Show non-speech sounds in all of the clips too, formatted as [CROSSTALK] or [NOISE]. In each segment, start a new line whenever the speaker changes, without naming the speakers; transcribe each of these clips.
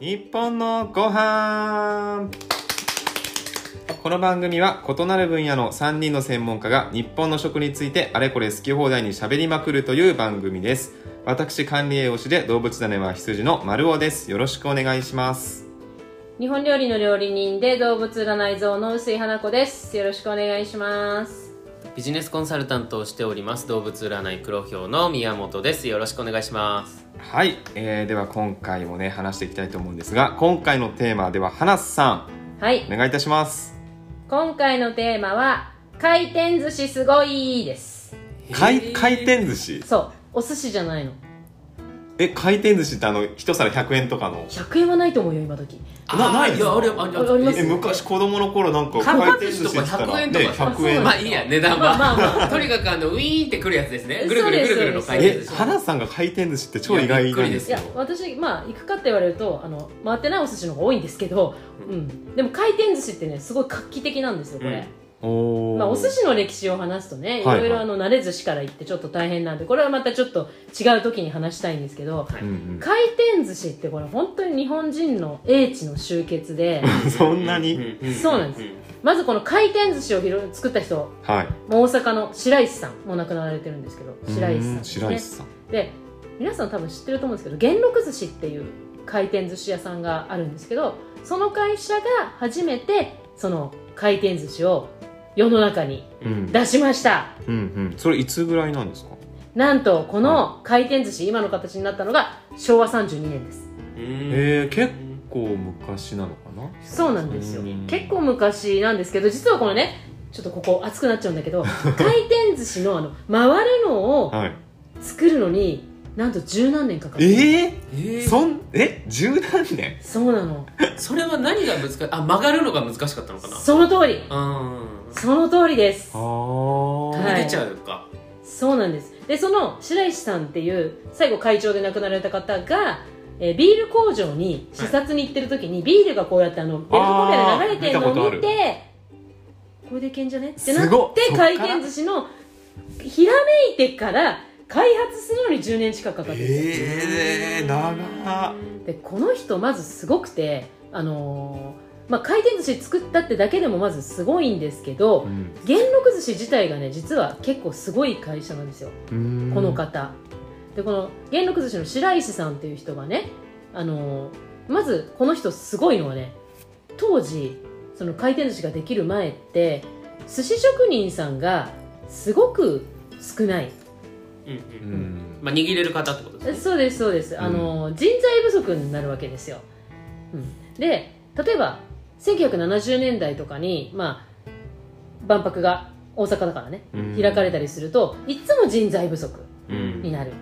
日本のご飯この番組は異なる分野の3人の専門家が日本の食についてあれこれ好き放題にしゃべりまくるという番組です私管理栄養士で動物種は羊の丸尾ですよろしくお願いします
日本料理の料理人で動物占い像の薄井花子ですよろしくお願いします
ビジネスコンサルタントをしております動物占い黒ひょうの宮本ですよろしくお願いします
はい、えーでは今回もね話していきたいと思うんですが今回のテーマでは花さ
はい
んお願いいたします
今回のテーマは回転寿司すごいです
回回転寿司
そうお寿司じゃないの
え回転寿司ってあの一皿100円とかの
100円はないと思うよ今時
なない
い
です
や
か
あれあれあれ
あります
え昔子供の頃なんか
かん
回
ぱ
転
寿司
寿
と
司
か
って言ったら
100円と
ね100
か
円
まあいいや値段は、
まあまあま
とにかくあのウィーンってくるやつですね
そう
ぐるぐる
で
ぐ
す
るぐるの
そう
回
で
え
す
転寿司
花さんが回転寿司って超意外
いやびっく
なん
り
で
ですす
いや私まあ行くかって言われるとあの回ってないお寿司の方が多いんですけど、うん、でも回転寿司ってねすごい画期的なんですよこれ、
おー
まあ、お寿司の歴史を話すとねい
はい
ろいろあの慣れ寿司から行ってちょっと大変なんでこれはまたちょっと違う時に話したいんですけど
うんうん
回転寿司ってこれ本当に日本人の英知の集結で
そんなに、
う
そうなんですまずこの回転寿司を広作った人
はい
もう大阪の白石さんもう亡くなられてるんですけど白石さん
うー
です
白
ね
石さん
で皆さん多分知ってると思うんですけど元禄寿司っていう回転寿司屋さんがあるんですけどその会社が初めてその回転寿司を世の中に
うん
出しました
うんうんそれいつぐらいなんですか
なんとこの回転寿司今の形になったのが昭和32年です
えー、結構昔なのかな
そうなんですよ
うん
結構昔なんですけど実はこのねちょっとここ熱くなっちゃうんだ
[LAUGHS]
けど回転寿司のあの回るのを
はい
作るのになんと十何年かかって
え
え
ー、
ー、そ
そんえ十何年
そうなの
それは何が難しいあ曲がるのが難しかったのかな
その通り
うん
その通りです
ああ、
はい
出ちゃうか
そうなんですでその白石さんっていう最後会長で亡くなられた方が、えービール工場に視察に行ってる時に、ビールがこうやってあのベルトコンベアで流れてるの
あー
を
見
見
たこ
てこれでいけんじゃねってな
すごっ
って
そっから
回転寿司のひらめいてから開発するのに10年近くかかってるんですよ
ええー、長っ
でこの人まずすごくてあのーまあ、回転寿司作ったってだけでもまずすごいんですけど
う
元禄寿司自体がね実は結構すごい会社なんですよ
ん
この方、でこの元禄寿司の白石さんっていう人がね、あのーまずこの人すごいのはね当時その回転寿司ができる前って寿司職人さんがすごく少ない
うんう
うんん
まあ握れる方ってことですね
そうですそうです、
ん
あのー人材不足になるわけですよ、うん、で例えば1970年代とかに、まあ、万博が大阪だからね
うん
開かれたりするといつも人材不足、
うん
になる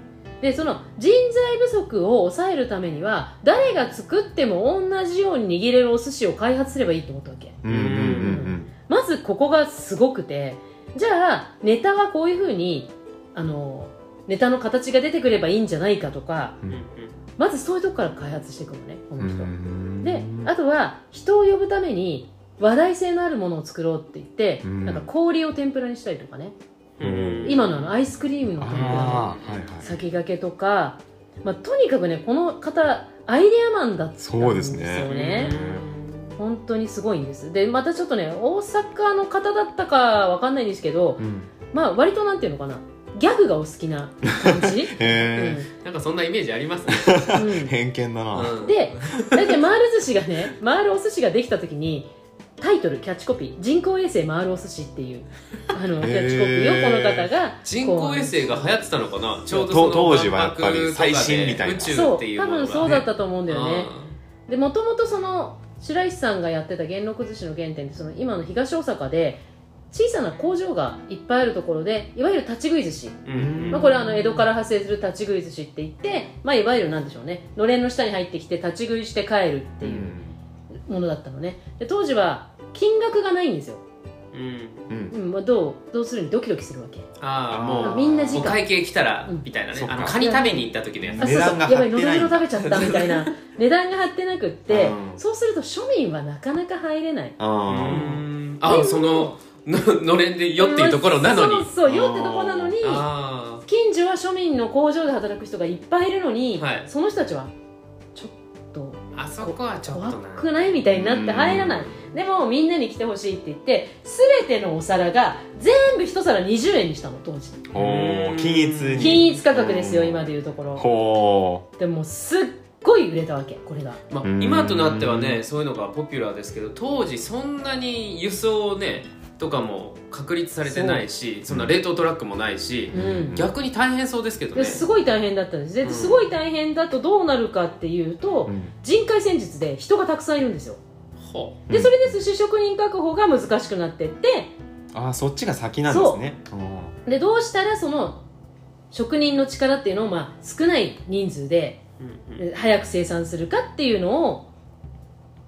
でその人材不足を抑えるためには誰が作っても同じように握れるお寿司を開発すればいいと思ったわけ
うんうんうん
まずここがすごくてじゃあネタはこういうふうにあのネタの形が出てくればいいんじゃないかとか
う
うんんうん
まずそういうとこから開発していくのねこ
う
の人、
ん
であとは人を呼ぶために話題性のあるものを作ろうって言って、
うん
なんか氷を天ぷらにしたりとかね
うん
今のあのアイスクリームの天ぷらとか
ああはいはい
先駆けとか、まあ、とにかくねこの方アイデアマンだったんですよね
そうですね
本当にすごいんですでまたちょっとね大阪の方だったかわかんないんですけど、
うん
まあ割となんていうのかなギャグがお好きな感
[LAUGHS]
じ、うん
へ
なんかそんなイメージありますね
うん
え偏見だな
うん
で大体回る寿司がね回るお寿司ができた時にタイトルキャッチコピー「人工衛星回るお寿司」っていうあの
へー
キャッチコピーをこの方がこう
人工衛星が流行ってたのかなちょうど
と
その
当時はやっぱり最新みたいな
宇宙
そ
っ
う
ていう
多
ものがね
分そうだったと思うんだよね、
うん
でもともとその白石さんがやってた元禄寿司の原点ってその今の東大阪で小さな工場がいっぱいあるところでいわゆる立ち食い寿司、
うん
まあ、これはあの江戸から派生する立ち食い寿司って言って、まあ、いわゆるなんでしょうねのれんの下に入ってきて立ち食いして帰るっていうものだったのねで当時は金額がないんですよ、
うん
うん
うんまあ、どうどうするにドキドキするわけ
ああ
あ
も
ー
う
みんな時
お
間
会計来たら
うん
みたいなね
そっか
あのカニ食べに行った時のやつ
あ
ね
そう
値
そ
段
う
が張ってない
やばいのどぐろ食べちゃったみたいな値段が張ってなくって、
うん
そうすると庶民はなかなか入れない
あ
あそのののれんでよっていうところなのに
そうそうよってところなのに
あ
近所は庶民の工場で働く人がいっぱいいるのに、
はい
その人たちはちょっと
あそこはちょっ
怖
とな
くないみたいになって入らないでもみんなに来てほしいって言って全てのお皿が全部一皿20円にしたの当時
おー均一に
均一価格ですよ
うん
今でいうところ
ほ
でもすっごい売れたわけこれが
まあ
う、ん
今となってはねそういうのがポピュラーですけど当時そんなに輸送ねとかも確立されてないしそんな冷凍トラックもないし
う、ん
逆に大変そうですけど
で
ね
すごい大変だったんですで
うん
すごい大変だとどうなるかっていうと
う、うん
人海戦術で人がたくさんいるんですよ
ほ
で
うん
それで寿司職人確保が難しくなってって
ああそっちが先なんですね
でどうしたらその職人の力っていうのをまあ少ない人数で
ううんうん
で早く生産するかっていうのを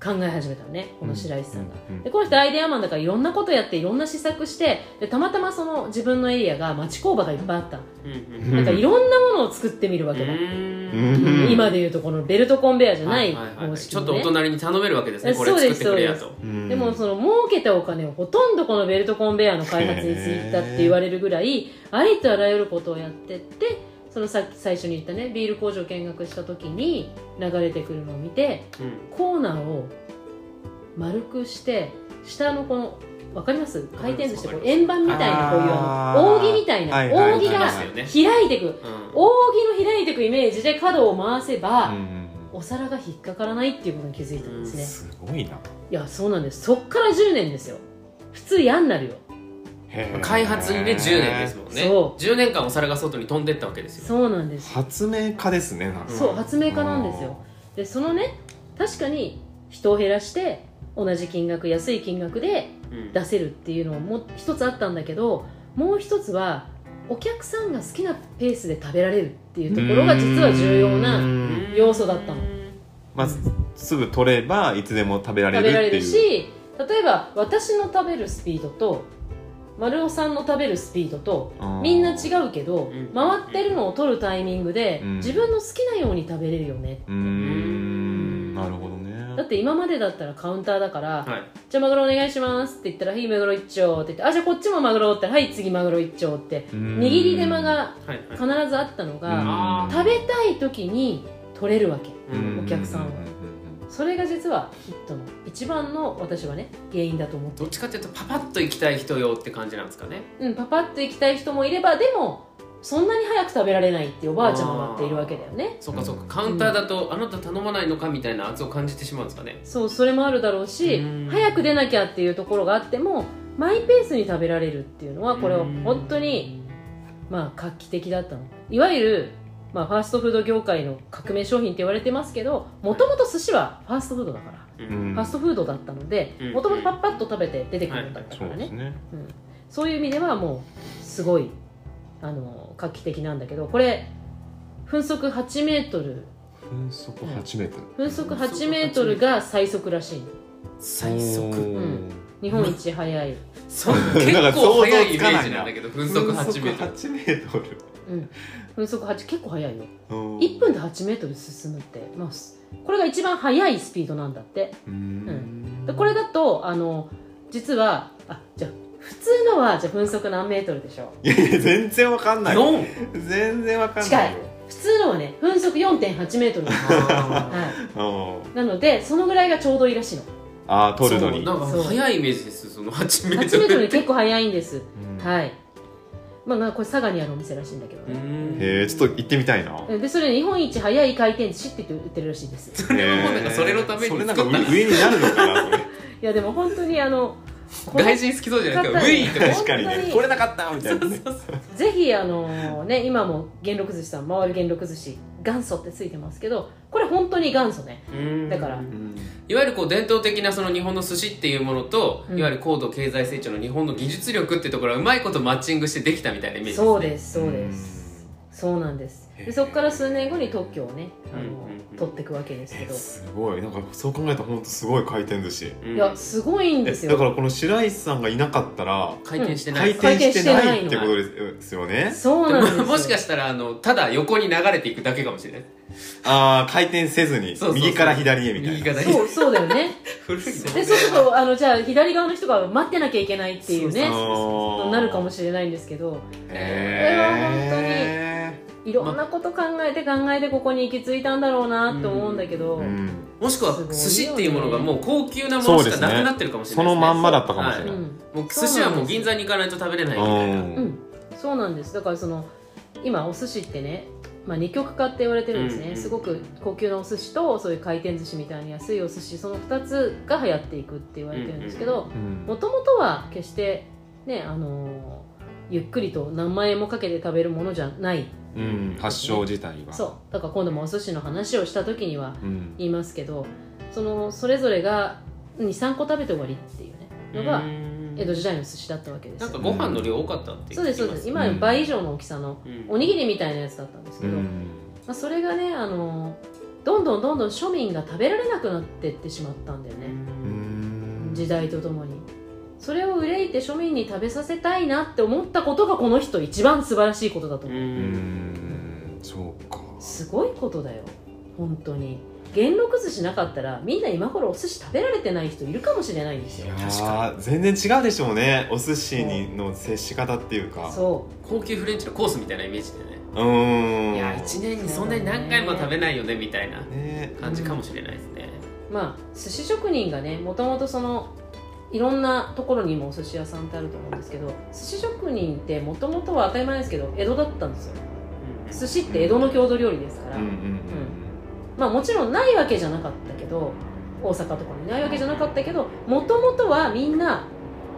考え始めたのねこの白石さんが。
うんうん
でこの人アイデアマンだからいろんなことやっていろんな試作してでたまたまその自分のエリアが町工場がいっぱいあったの
うんうん
なんかいろんなものを作ってみるわけだ、
うん
うん
今でいうとこのベルトコンベヤじゃな
はいいはいはい
方式
ちょ
の
っとお
ね
隣に頼めるわけですねこれ
そう
作
で
っ
す
てくれやと
うん
でもその儲けたお金をほとんどこのベルトコンベヤーの開発についたって言われるぐらいありとあらゆることをやってってそのさっき最初に言ったねビール工場見学した時に流れてくるのを見て
うん
コーナーを丸くして下のこのわかります回転寿司ってこう円盤みたいなこういうあの
あー
扇みたいな
はいはい
扇が
あります
開いてく
うん
扇の開いてくイメージで角を回せ
う
ば
ん
お皿が引っかからないっていうことに気づいたんですね
すごいない
やそうなんですそっから10年ですよ普通嫌になるよ
へー
開発にね10年ですもんね
そ
10年間お皿が外に飛んでったわけですよ
そうなんですよ
発明家ですねなんか
そううん発明家なんですよでそのね確かに人を減らして同じ金額安い金額で
うん
出せるっていうのも一つあったんだけどもう一つはお客さんが好きなペースで食べられるっていうところが実は重要
う
なん要素だったの
まあすすぐ取ればいつでも食べられ
食
るっ
べられ
て
る
いう
し例えば私の食べるスピードと丸尾さんの食べるスピードと
あー
みんな違うけど
うん
回ってるのを取るタイミングで
うん
自分の好きなように食べれるよね
うーんなるほどね
だって今までだったらカウンターだから
はい
「じゃあマグロお願いします」って言ったら「はいマグロ一丁」って言って「あじゃあこっちもマグロ」って「はい次マグロ一丁」って
握
握り手間が
はい
必ずあったの
ん
が
あー
食べたい時に取れるわけ
うん
お客さんはそれが実はヒットの一番の私はね原因だと思って
どっちかっていうとパパッと行きたい人用って感じなんですかね
うん、パパッと行きたい人もいればでもそんなに早く食べられないっていうおばあちゃんもっているわけだよね
そうかそうか、
うん
カウンターだとあなた頼まないのかみたいな圧を感じてしまうんですかね
そうそれもあるだろうし
うん
早く出なきゃっていうところがあってもマイペースに食べられるっていうのはこれは本当にまあ画期的だったのいわゆる、まあ、ファーストフード業界の革命商品って言われてますけどもともと寿司はファーストフードだから
う
うん
ファーストフードだったので
うん
もともとパッパッと食べて出てくるんだった
そ
か
う
ら
で
ね
すね
そういう意味ではもうすごいあの画期的なんだけどこれ分速8メートル
分速8メートル
分速
分速
8メートルが最速らしいの
最
お
速
ー
日本一速い、
そう
[LAUGHS] うん
結
なんか
構
想像つかないな
速いイメージなんだけど分速8メー
分
トル
速8メートル
うん、分速8結構速いよ
うん
1分で8メートル進むって、まあ、すこれが一番速いスピードなんだって
うーん
でこれだとあの実はあじゃあ普通のはじゃあ分速何メートルでしょ
いやいや全然わかんない
ノン
全然わかんな
近
い
い
よ
普通のはね分速4.8メートル、はい、
あ
うん
なのでそのぐらいがちょうどいいらしいの
あー
ー
取るのに
そうなんか速いイメージですその8メー
8
ト
メート
ル
ル結構早いんです、
うん
はいまあまあこれ佐賀にあるお店らしいんだけどね、
へえちょっと行ってみたいな
うんでそれ日本一早い回転寿司って言ってるらしいです
それはもうなんかそれのため
そ
に
れな
作
ん
っ
か
た
上上になるのかなそれ
いやでも本当にあのこの
外人好きそうじゃないですかウ
方
ェイとか
に
確かに
本当
ね
に
取れなかったみたいなね
ぜひあのね今も元禄寿司さん回る元禄寿司元祖ってついてますけどこれ本当に元祖ねだから
うん
いわゆるこう伝統的なその日本の寿司っていうものと、
うん
いわゆる高度経済成長の日本の技術力っていうところがうまいことマッチングしてできたみたいなイメージ
そう
すね
ですそうですそうなんですでそこから数年後に特許をねあ
うんうんうん
の取っていくわけですけ
え
ど
すごいなんかそう考えたら本当すごい回転寿司
うん
いやすごいん
え
です
だか
よ
らこの白石さんがいなかったら
回転してない
回
で
転
す
してな
回転して
い
ないの
ってことですよね
そう
で
なんです
も
よ
もしかしたらあのただ横に流れていくだけかもしれない
ああ回転せずに
そうそうそう
右から左へみたい
右
な
から
そうそうだよね
[LAUGHS] 古いね
でそうするとあのじゃあ左側の人が待ってなきゃいけないっていうね
そうそう
なるかもしれないんですけど
へえ
いろんなこと考えて考えてここに行き着いたんだろうなと思うんだけど、
うん
もしくは
すごいよね
寿司っていうものがもう高級なものしかなくなってるかもしれ
そ
ない
の
ですね
まんまだったかもしれ
う
ない、
ん
もう寿司はもう銀座に行かないと食べれないみたい
うん
う
な、
ん、そうなんですだからその今お寿司ってね、まあ、二極化って言われてるんですね、
うんうん
すごく高級なお寿司とそういう回転寿司みたいに安いお寿司その2つが流行っていくって言われてるんですけど
うん
もともとは決してねあのーゆっくりと何万円もかけて食べるものじゃない
うん発祥自体は
そうだから今度もお寿司の話をした時には
うん、
言いますけどそのそれぞれが23個食べて終わりっていうねのが江戸時代の寿司だったわけです
なんか
よ
ご飯の量多かったって聞き
そう
ま
です
す
そうです今は倍以上の大きさの
うん
おにぎりみたいなやつだったんです
う
けど、ま
ん
あ、それがねあのどんどんどんどん庶民が食べられなくなってってしまったんだよ
う
ね、
うんん
時代とともにそれを憂いて庶民に食べさせたいなって思ったことがこの人一番素晴らしいことだと
う
思う、
うんそうか
すごいことだよ本当に元禄寿司なかったらみんな今頃お寿司食べられてない人いるかもしれないんです
いや
よ
確
ー全然違うでしょうねお寿司にの接し方っていうか
そ
高級フレンチのコースみたいなイメージでね、
うーん
いや1年にそんなに何回も食べないよねみたいな
ね
感じかもしれないですね、
うまあ寿司職人がねもともとそのいろんなところにもお寿司屋さんってあると思うんですけど寿司職人ってもともとは当たり前ですけど江戸だったんですよ寿司って江戸の郷土料理ですから、
うんうん
まあもちろんないわけじゃなかったけど大阪とかにないわけじゃなかったけどもともとはみんな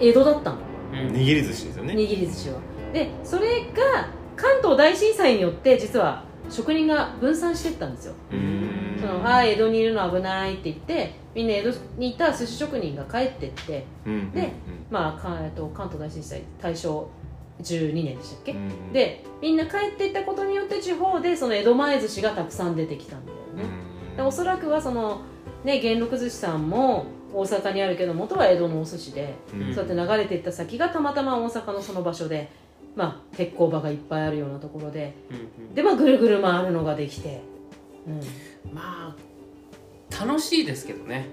江戸だったの
うん
うん
う
うんん握り寿司ですよね
握り寿司はでそれが関東大震災によって実は職人が分散していったんですよ
うーん
そのああ江戸にいるの危ないって言ってみんな江戸にいた寿司職人が帰ってって
うんうんうん
でまあかえっと関東大震災大正12年でしたっけ、
うんうん
でみんな帰っていったことによって地方でその江戸前寿司がたくさん出てきたんだよ
う
ね、
ん
でおそらくはそのね元禄寿司さんも大阪にあるけど元は江戸のお寿司で、
うん
そうやって流れていった先がたまたま大阪のその場所で、まあ、鉄工場がいっぱいあるようなところで
うん
で、まあ、ぐるぐる回るのができて、
[LAUGHS]
うん、
まあ楽しいですけどね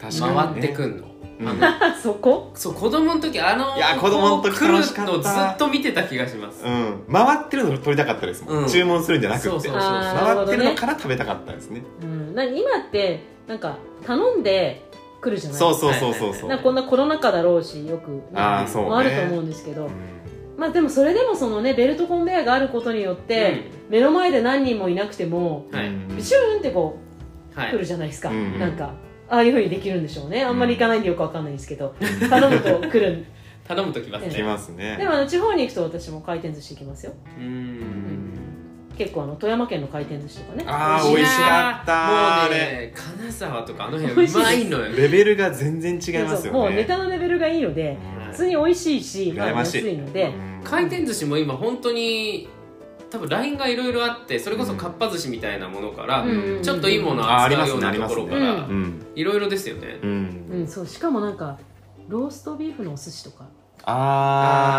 確かに
回
ね
ってくんの、
うん
あの
あそこ
そう子供の時あの
いや子供の時
来る
楽しかった
のずっと見てた気がします、
うん回ってるのを取りたかったですもん、
うん
注文するんじゃなくて
そうそうそう
あー
回ってるのから食べたかったですね
うん、な今ってなんか頼んで来るじゃない
そう
う
そうそうそうそう、
は
ないんかこんなコロナ禍だろうしよく、ね、
ああそうね
もあると思うんですけど、
うん
まあでもそれでもそのねベルトコンベヤーがあることによって、目の前で何人もいなくても
うん、は
う
い
ん
シューンってこう
はい
来るじゃないですか、
うん
なんかああいうふうにできるんでしょうねあんまり行かないんでよくわかんないんですけ
[LAUGHS]
ど、頼むと来るん
頼むときます
き
ね
ますね
でもあの地方に行くと私も回転寿司行きますよ
う
うんん
結構あの富山県の回転寿司とかね
あー美味しかった
もう
あ
ね金沢とかあの辺うまいのよ
レベルが全然違います
そう
よね
そうもうネタのレベルがいいので
うん
普通に美味しいし、まあ、
羨ましい
安いので、
うん
回転寿司も今本当に多分ラインがいろいろあってそれこそかっぱ寿司みたいなものから、
うん
ちょっといいものを
ああり
扱
ます
うよう
ねあ
な
り
と
ま
こ
す
ろ
ね
から
うん
いろいろですよね、
うん
うん、そうしかもなんかローストビーフのお寿司とか
あ
その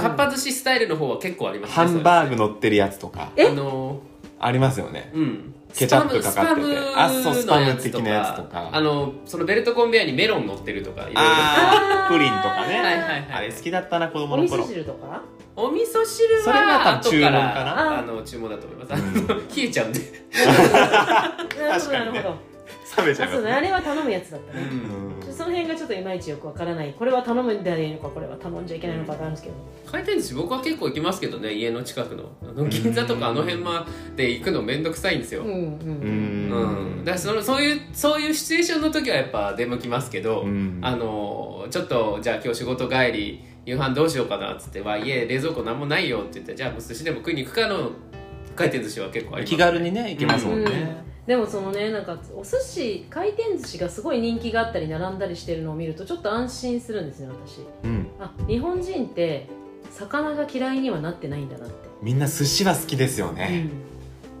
かっぱ寿司スタイルの方は結構ありま
ー
す
ハンバーグ
グ
乗ってるやつとか
え
あの
ありますよね
うん
ケチャップかかってて
スパ
あ
ムス
そうス
パ
パ
ム
ム
のやつ
的
と
な
か
やつとか
あのそのベルトコンベヤーにメロン乗ってるとかいろいろ
あ
あー
ープリンとかね、
はいはいはい
あれ好きだったな子供
お
の
味噌
頃
汁とか
お味噌汁
それ
は
が多分
後
注
か
文からな
あの注文だと思います、
うん
あの冷えちゃうんで、
なるほどなるほど、
冷めちゃいま
あそう
す
ねあれは頼むやつだったね、
うん
その辺がちょっといまいちよくわからないこれは頼むんじゃないのかこれは頼んじゃいけないのかわかるんですけど、
回転寿司僕は結構行きますけどね家の近くのあの銀座とかあの辺まで行くのめんどくさいんですよ、
うんう
う
ん
ん
うん、だからそのそういうそういうシチュエーションの時はやっぱ出向きますけど、
うん
あのちょっとじゃあ今日仕事帰り夕飯どうしようかなっつって「わ家冷蔵庫なんもないよ」って言って「じゃあもう寿司でも食いに行くか」の回転寿司は結構あります
気軽にね行けますもんね、
でもそのねなんかお寿司回転寿司がすごい人気があったり並んだりしてるのを見るとちょっと安心するんですね私
うん
あ日本人って魚が嫌いにはなってないんだなって、
みんな寿司は好きですよ
う
ね、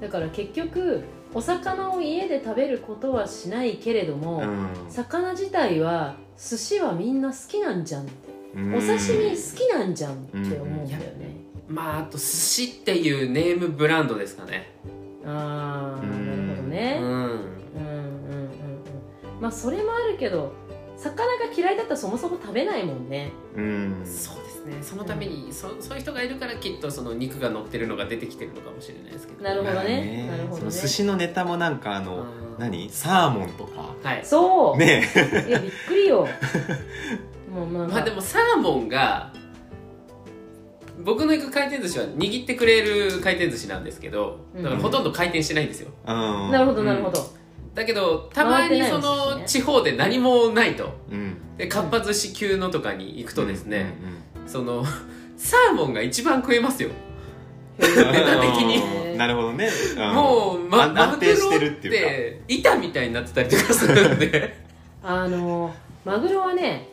んだから結局お魚を家で食べることはしないけれども、
うん
魚自体は寿司はみんな好きなんじゃんって
うん
お刺身好きなんじゃんって思うんだよね、
まああと寿司っていうネームブランドですかね
ああ
うん
なるほど
う
ね、
ん
うんうんうんうんまあそれもあるけど魚が嫌いだったらそもそも食べないもんね
うん
そうですねそのために、そそういう人がいるからきっとその肉が乗ってるのが出てきてるのかもしれないですけど
なるほどね
まあ
なるほどね
その寿司のネタもなんかあの
うん
何サーモンとか
はい
そう、
ねえ
いやびっくり
[LAUGHS]
よもうまあまあ
まあでもサーモンが僕の行く回転寿司は握ってくれる回転寿司なんですけどだからほとんど回転してないんですよ、
うん
なるほどなるほど、
だけどたまにそ
回ってない
の
です
地方で何もないと
うん
でかっぱ寿司級のとかに行くとですね、
うんうん
そのサーモンが一番食えますよ
へー
ネタ的に
うん [LAUGHS] なるほどね、うん
もう、ま、
あ安定してるっていうか
う板みたいになってたりとかするんで
[LAUGHS] あのマグロはね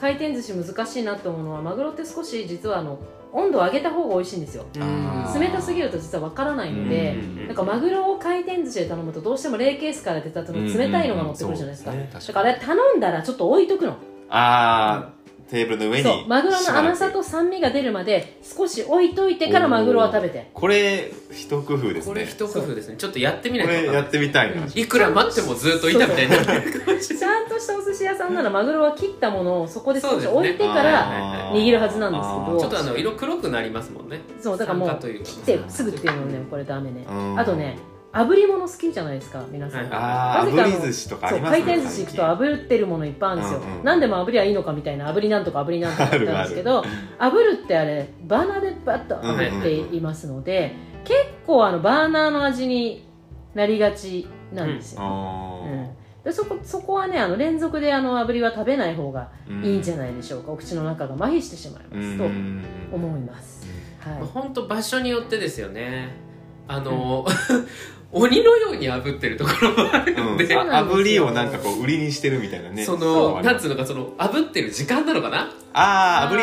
回転寿司難しいなと思うのはマグロって少し実はあの温度を上げた方が美味しいんですよ
あー
冷たすぎると実はわからないの
う
で
ん
なんかマグロを回転寿司で頼むとどうしても冷ケースから出たとの冷たいのが乗ってくるじゃないですか,、
うんうんうんそうですね確
だ
か
か
に
らあれ頼んだらちょっと置いとくの
あーテーブルの上に
そうマグロ
しば
の
らく
甘さと酸味が出るまで少し置いといてからマグロは食べて
これ一工夫です
これ
ね
一工夫ですねちょっとやってみな
こ
いとわ
れ
かん
や
な
ってみたいな、
うん
いいくら待ってもずっと板みたいになってるかもしれない
ちゃんとしたお寿司屋さんならマグロは切ったものをそこで少し置いてか
そうです
ら
ね
あー
握るはずなんですけど
ちょっとあの色黒くなりますもんね
そうだからも
酸
う
化というか
切ってすぐっていうのねこれダメね
うん
あとね炙り物好きじゃないですか皆さん
ああ
なぜかあ
炙
の
り寿司とかあ
そう
ります
回
ね
転寿司行くと
最
炙ってるものいっぱいあるんですよ、
うんうん
何でも炙りはいいのかみたいな炙りなんとか炙りなんとかってあるんですけど炙るってあれバーナーでバッと炙っていますので、結構あのバーナーの味になりがちなんです
近
よ、
あ
うんでそこそこはねあの連続であの炙りは食べない方がいいんじゃないでしょうか、お口の中が麻痺してしまいますと思います、はい
本当場所によってですよねあの、 [LAUGHS] 鬼のように炙ってるところもあるんで、
そうなんです
炙
よ
りをなんかこう売りにしてるみたいなね
その
う
なんつうのかその炙ってる時間なのかな
あー炙
ー
り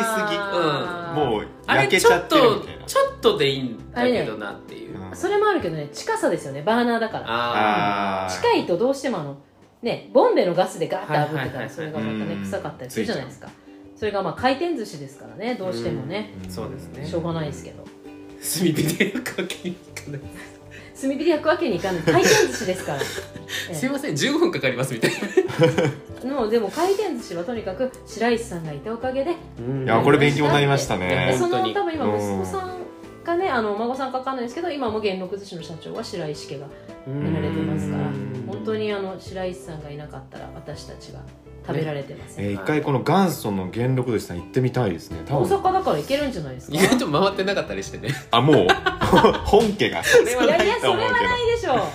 す
あ
ぎ
ー
もう
あ
焼
れ
け
ち
ち
ょ
ゃ
っ
ってる
と
みたいな
ちょっとでいいんだけどなっていう、
うん
それもあるけどね近さですよねバーナーだから
あ
あー
近いとどうしてもあのねボンベのガスでガーッと炙ってた
はいはいはいは
ら
い
それがまた
う
ね
ん
臭かったりするじゃないですかそれがまあ回転寿司ですからねどうしてもね
ん
そうですね
しょうがないですけど
あ炭火で焼くわけにいかない、
炭火で焼くわけにいかない回転寿司ですからえ
すいません15分かかりますみたい
えもうでも回転寿司はとにかく白石さんがいたおかげで
な、
いやこれ勉強になりました
で
ね
その
本当に
多分今
うん
息子さんがねあのお孫さんかわかんないですけど今も元禄寿司の社長は白石家がやられてますから
うん
本当にあの白石さんがいなかったら私たちは食べられてません、
えー一回この元祖の元禄寿司さん行ってみたいですね多
大
分
阪だから行けるんじゃないですか
意外と回ってなかったりしてね
あもう [LAUGHS] 本家がそれはい
やい
な
や
いと
そ
思
れ
う
はないでしょ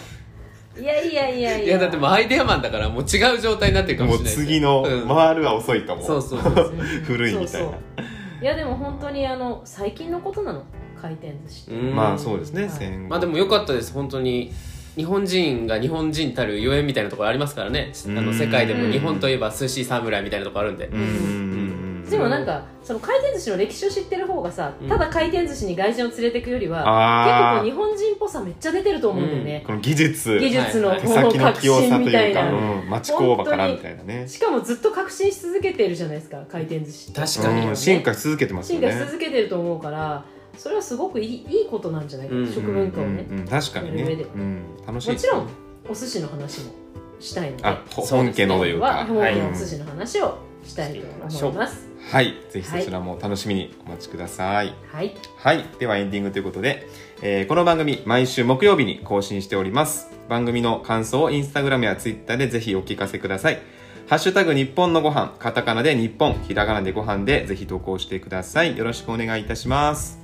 ういやいやいやいや
いやだってもうアイデアマンだからもう違う状態になって
け
る
ど
か
も
も
う
しれないで
次
すよ
の
うん
回るは遅いと思う
そうそうそう
うん
古いみたいな
そうそういやでも本当にあの最近のことなの回転寿司って
うん
まあそうですね、
はい
戦後
まあでも良かったです本当に日本人が日本人たるゆえんみたいなところありますからねあ
う
の
ん
世界でも日本といえば寿司侍みたいなところあるんで
うんうんうんうん
でもなんかその回転寿司の歴史を知ってる方がさ
うん
ただ回転寿司に外人を連れてくよりは結構
あ
こう日本人っぽさめっちゃ出てると思うんだよ
あ
ね
この技術
技術の
はい
手
この
先の
革
器用さ
新
と
みた
いう
い
か、
な
うん、町工場からみたいなね
しかもずっと革新し続けているじゃないですか回転寿司って
確かに
うん進化し続けてますよ
進
ね
化し続けてると思うからそれはすごくいいいいことなんじゃないかな
うん
食文化をね
うんうんうん確かにね、
やる上で
うん、楽しい
もちろんお寿司の話もしたいので
あほ
そう
本
です
家
ね
のと
今
い
日
う
は
か
本
はい
家のお寿司の話をしたいと思います
はい、ぜひそちらもお楽しみにお待ちください
はい
はい。ではエンディングということで、えーこの番組毎週木曜日に更新しております。番組の感想をインスタグラムやツイッターでぜひお聞かせください。ハッシュタグ日本のご飯、カタカナで日本、ひらがなでご飯でぜひ投稿してください。よろしくお願いいたします。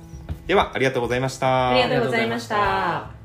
では、ありがとうございました。
ありがとうございました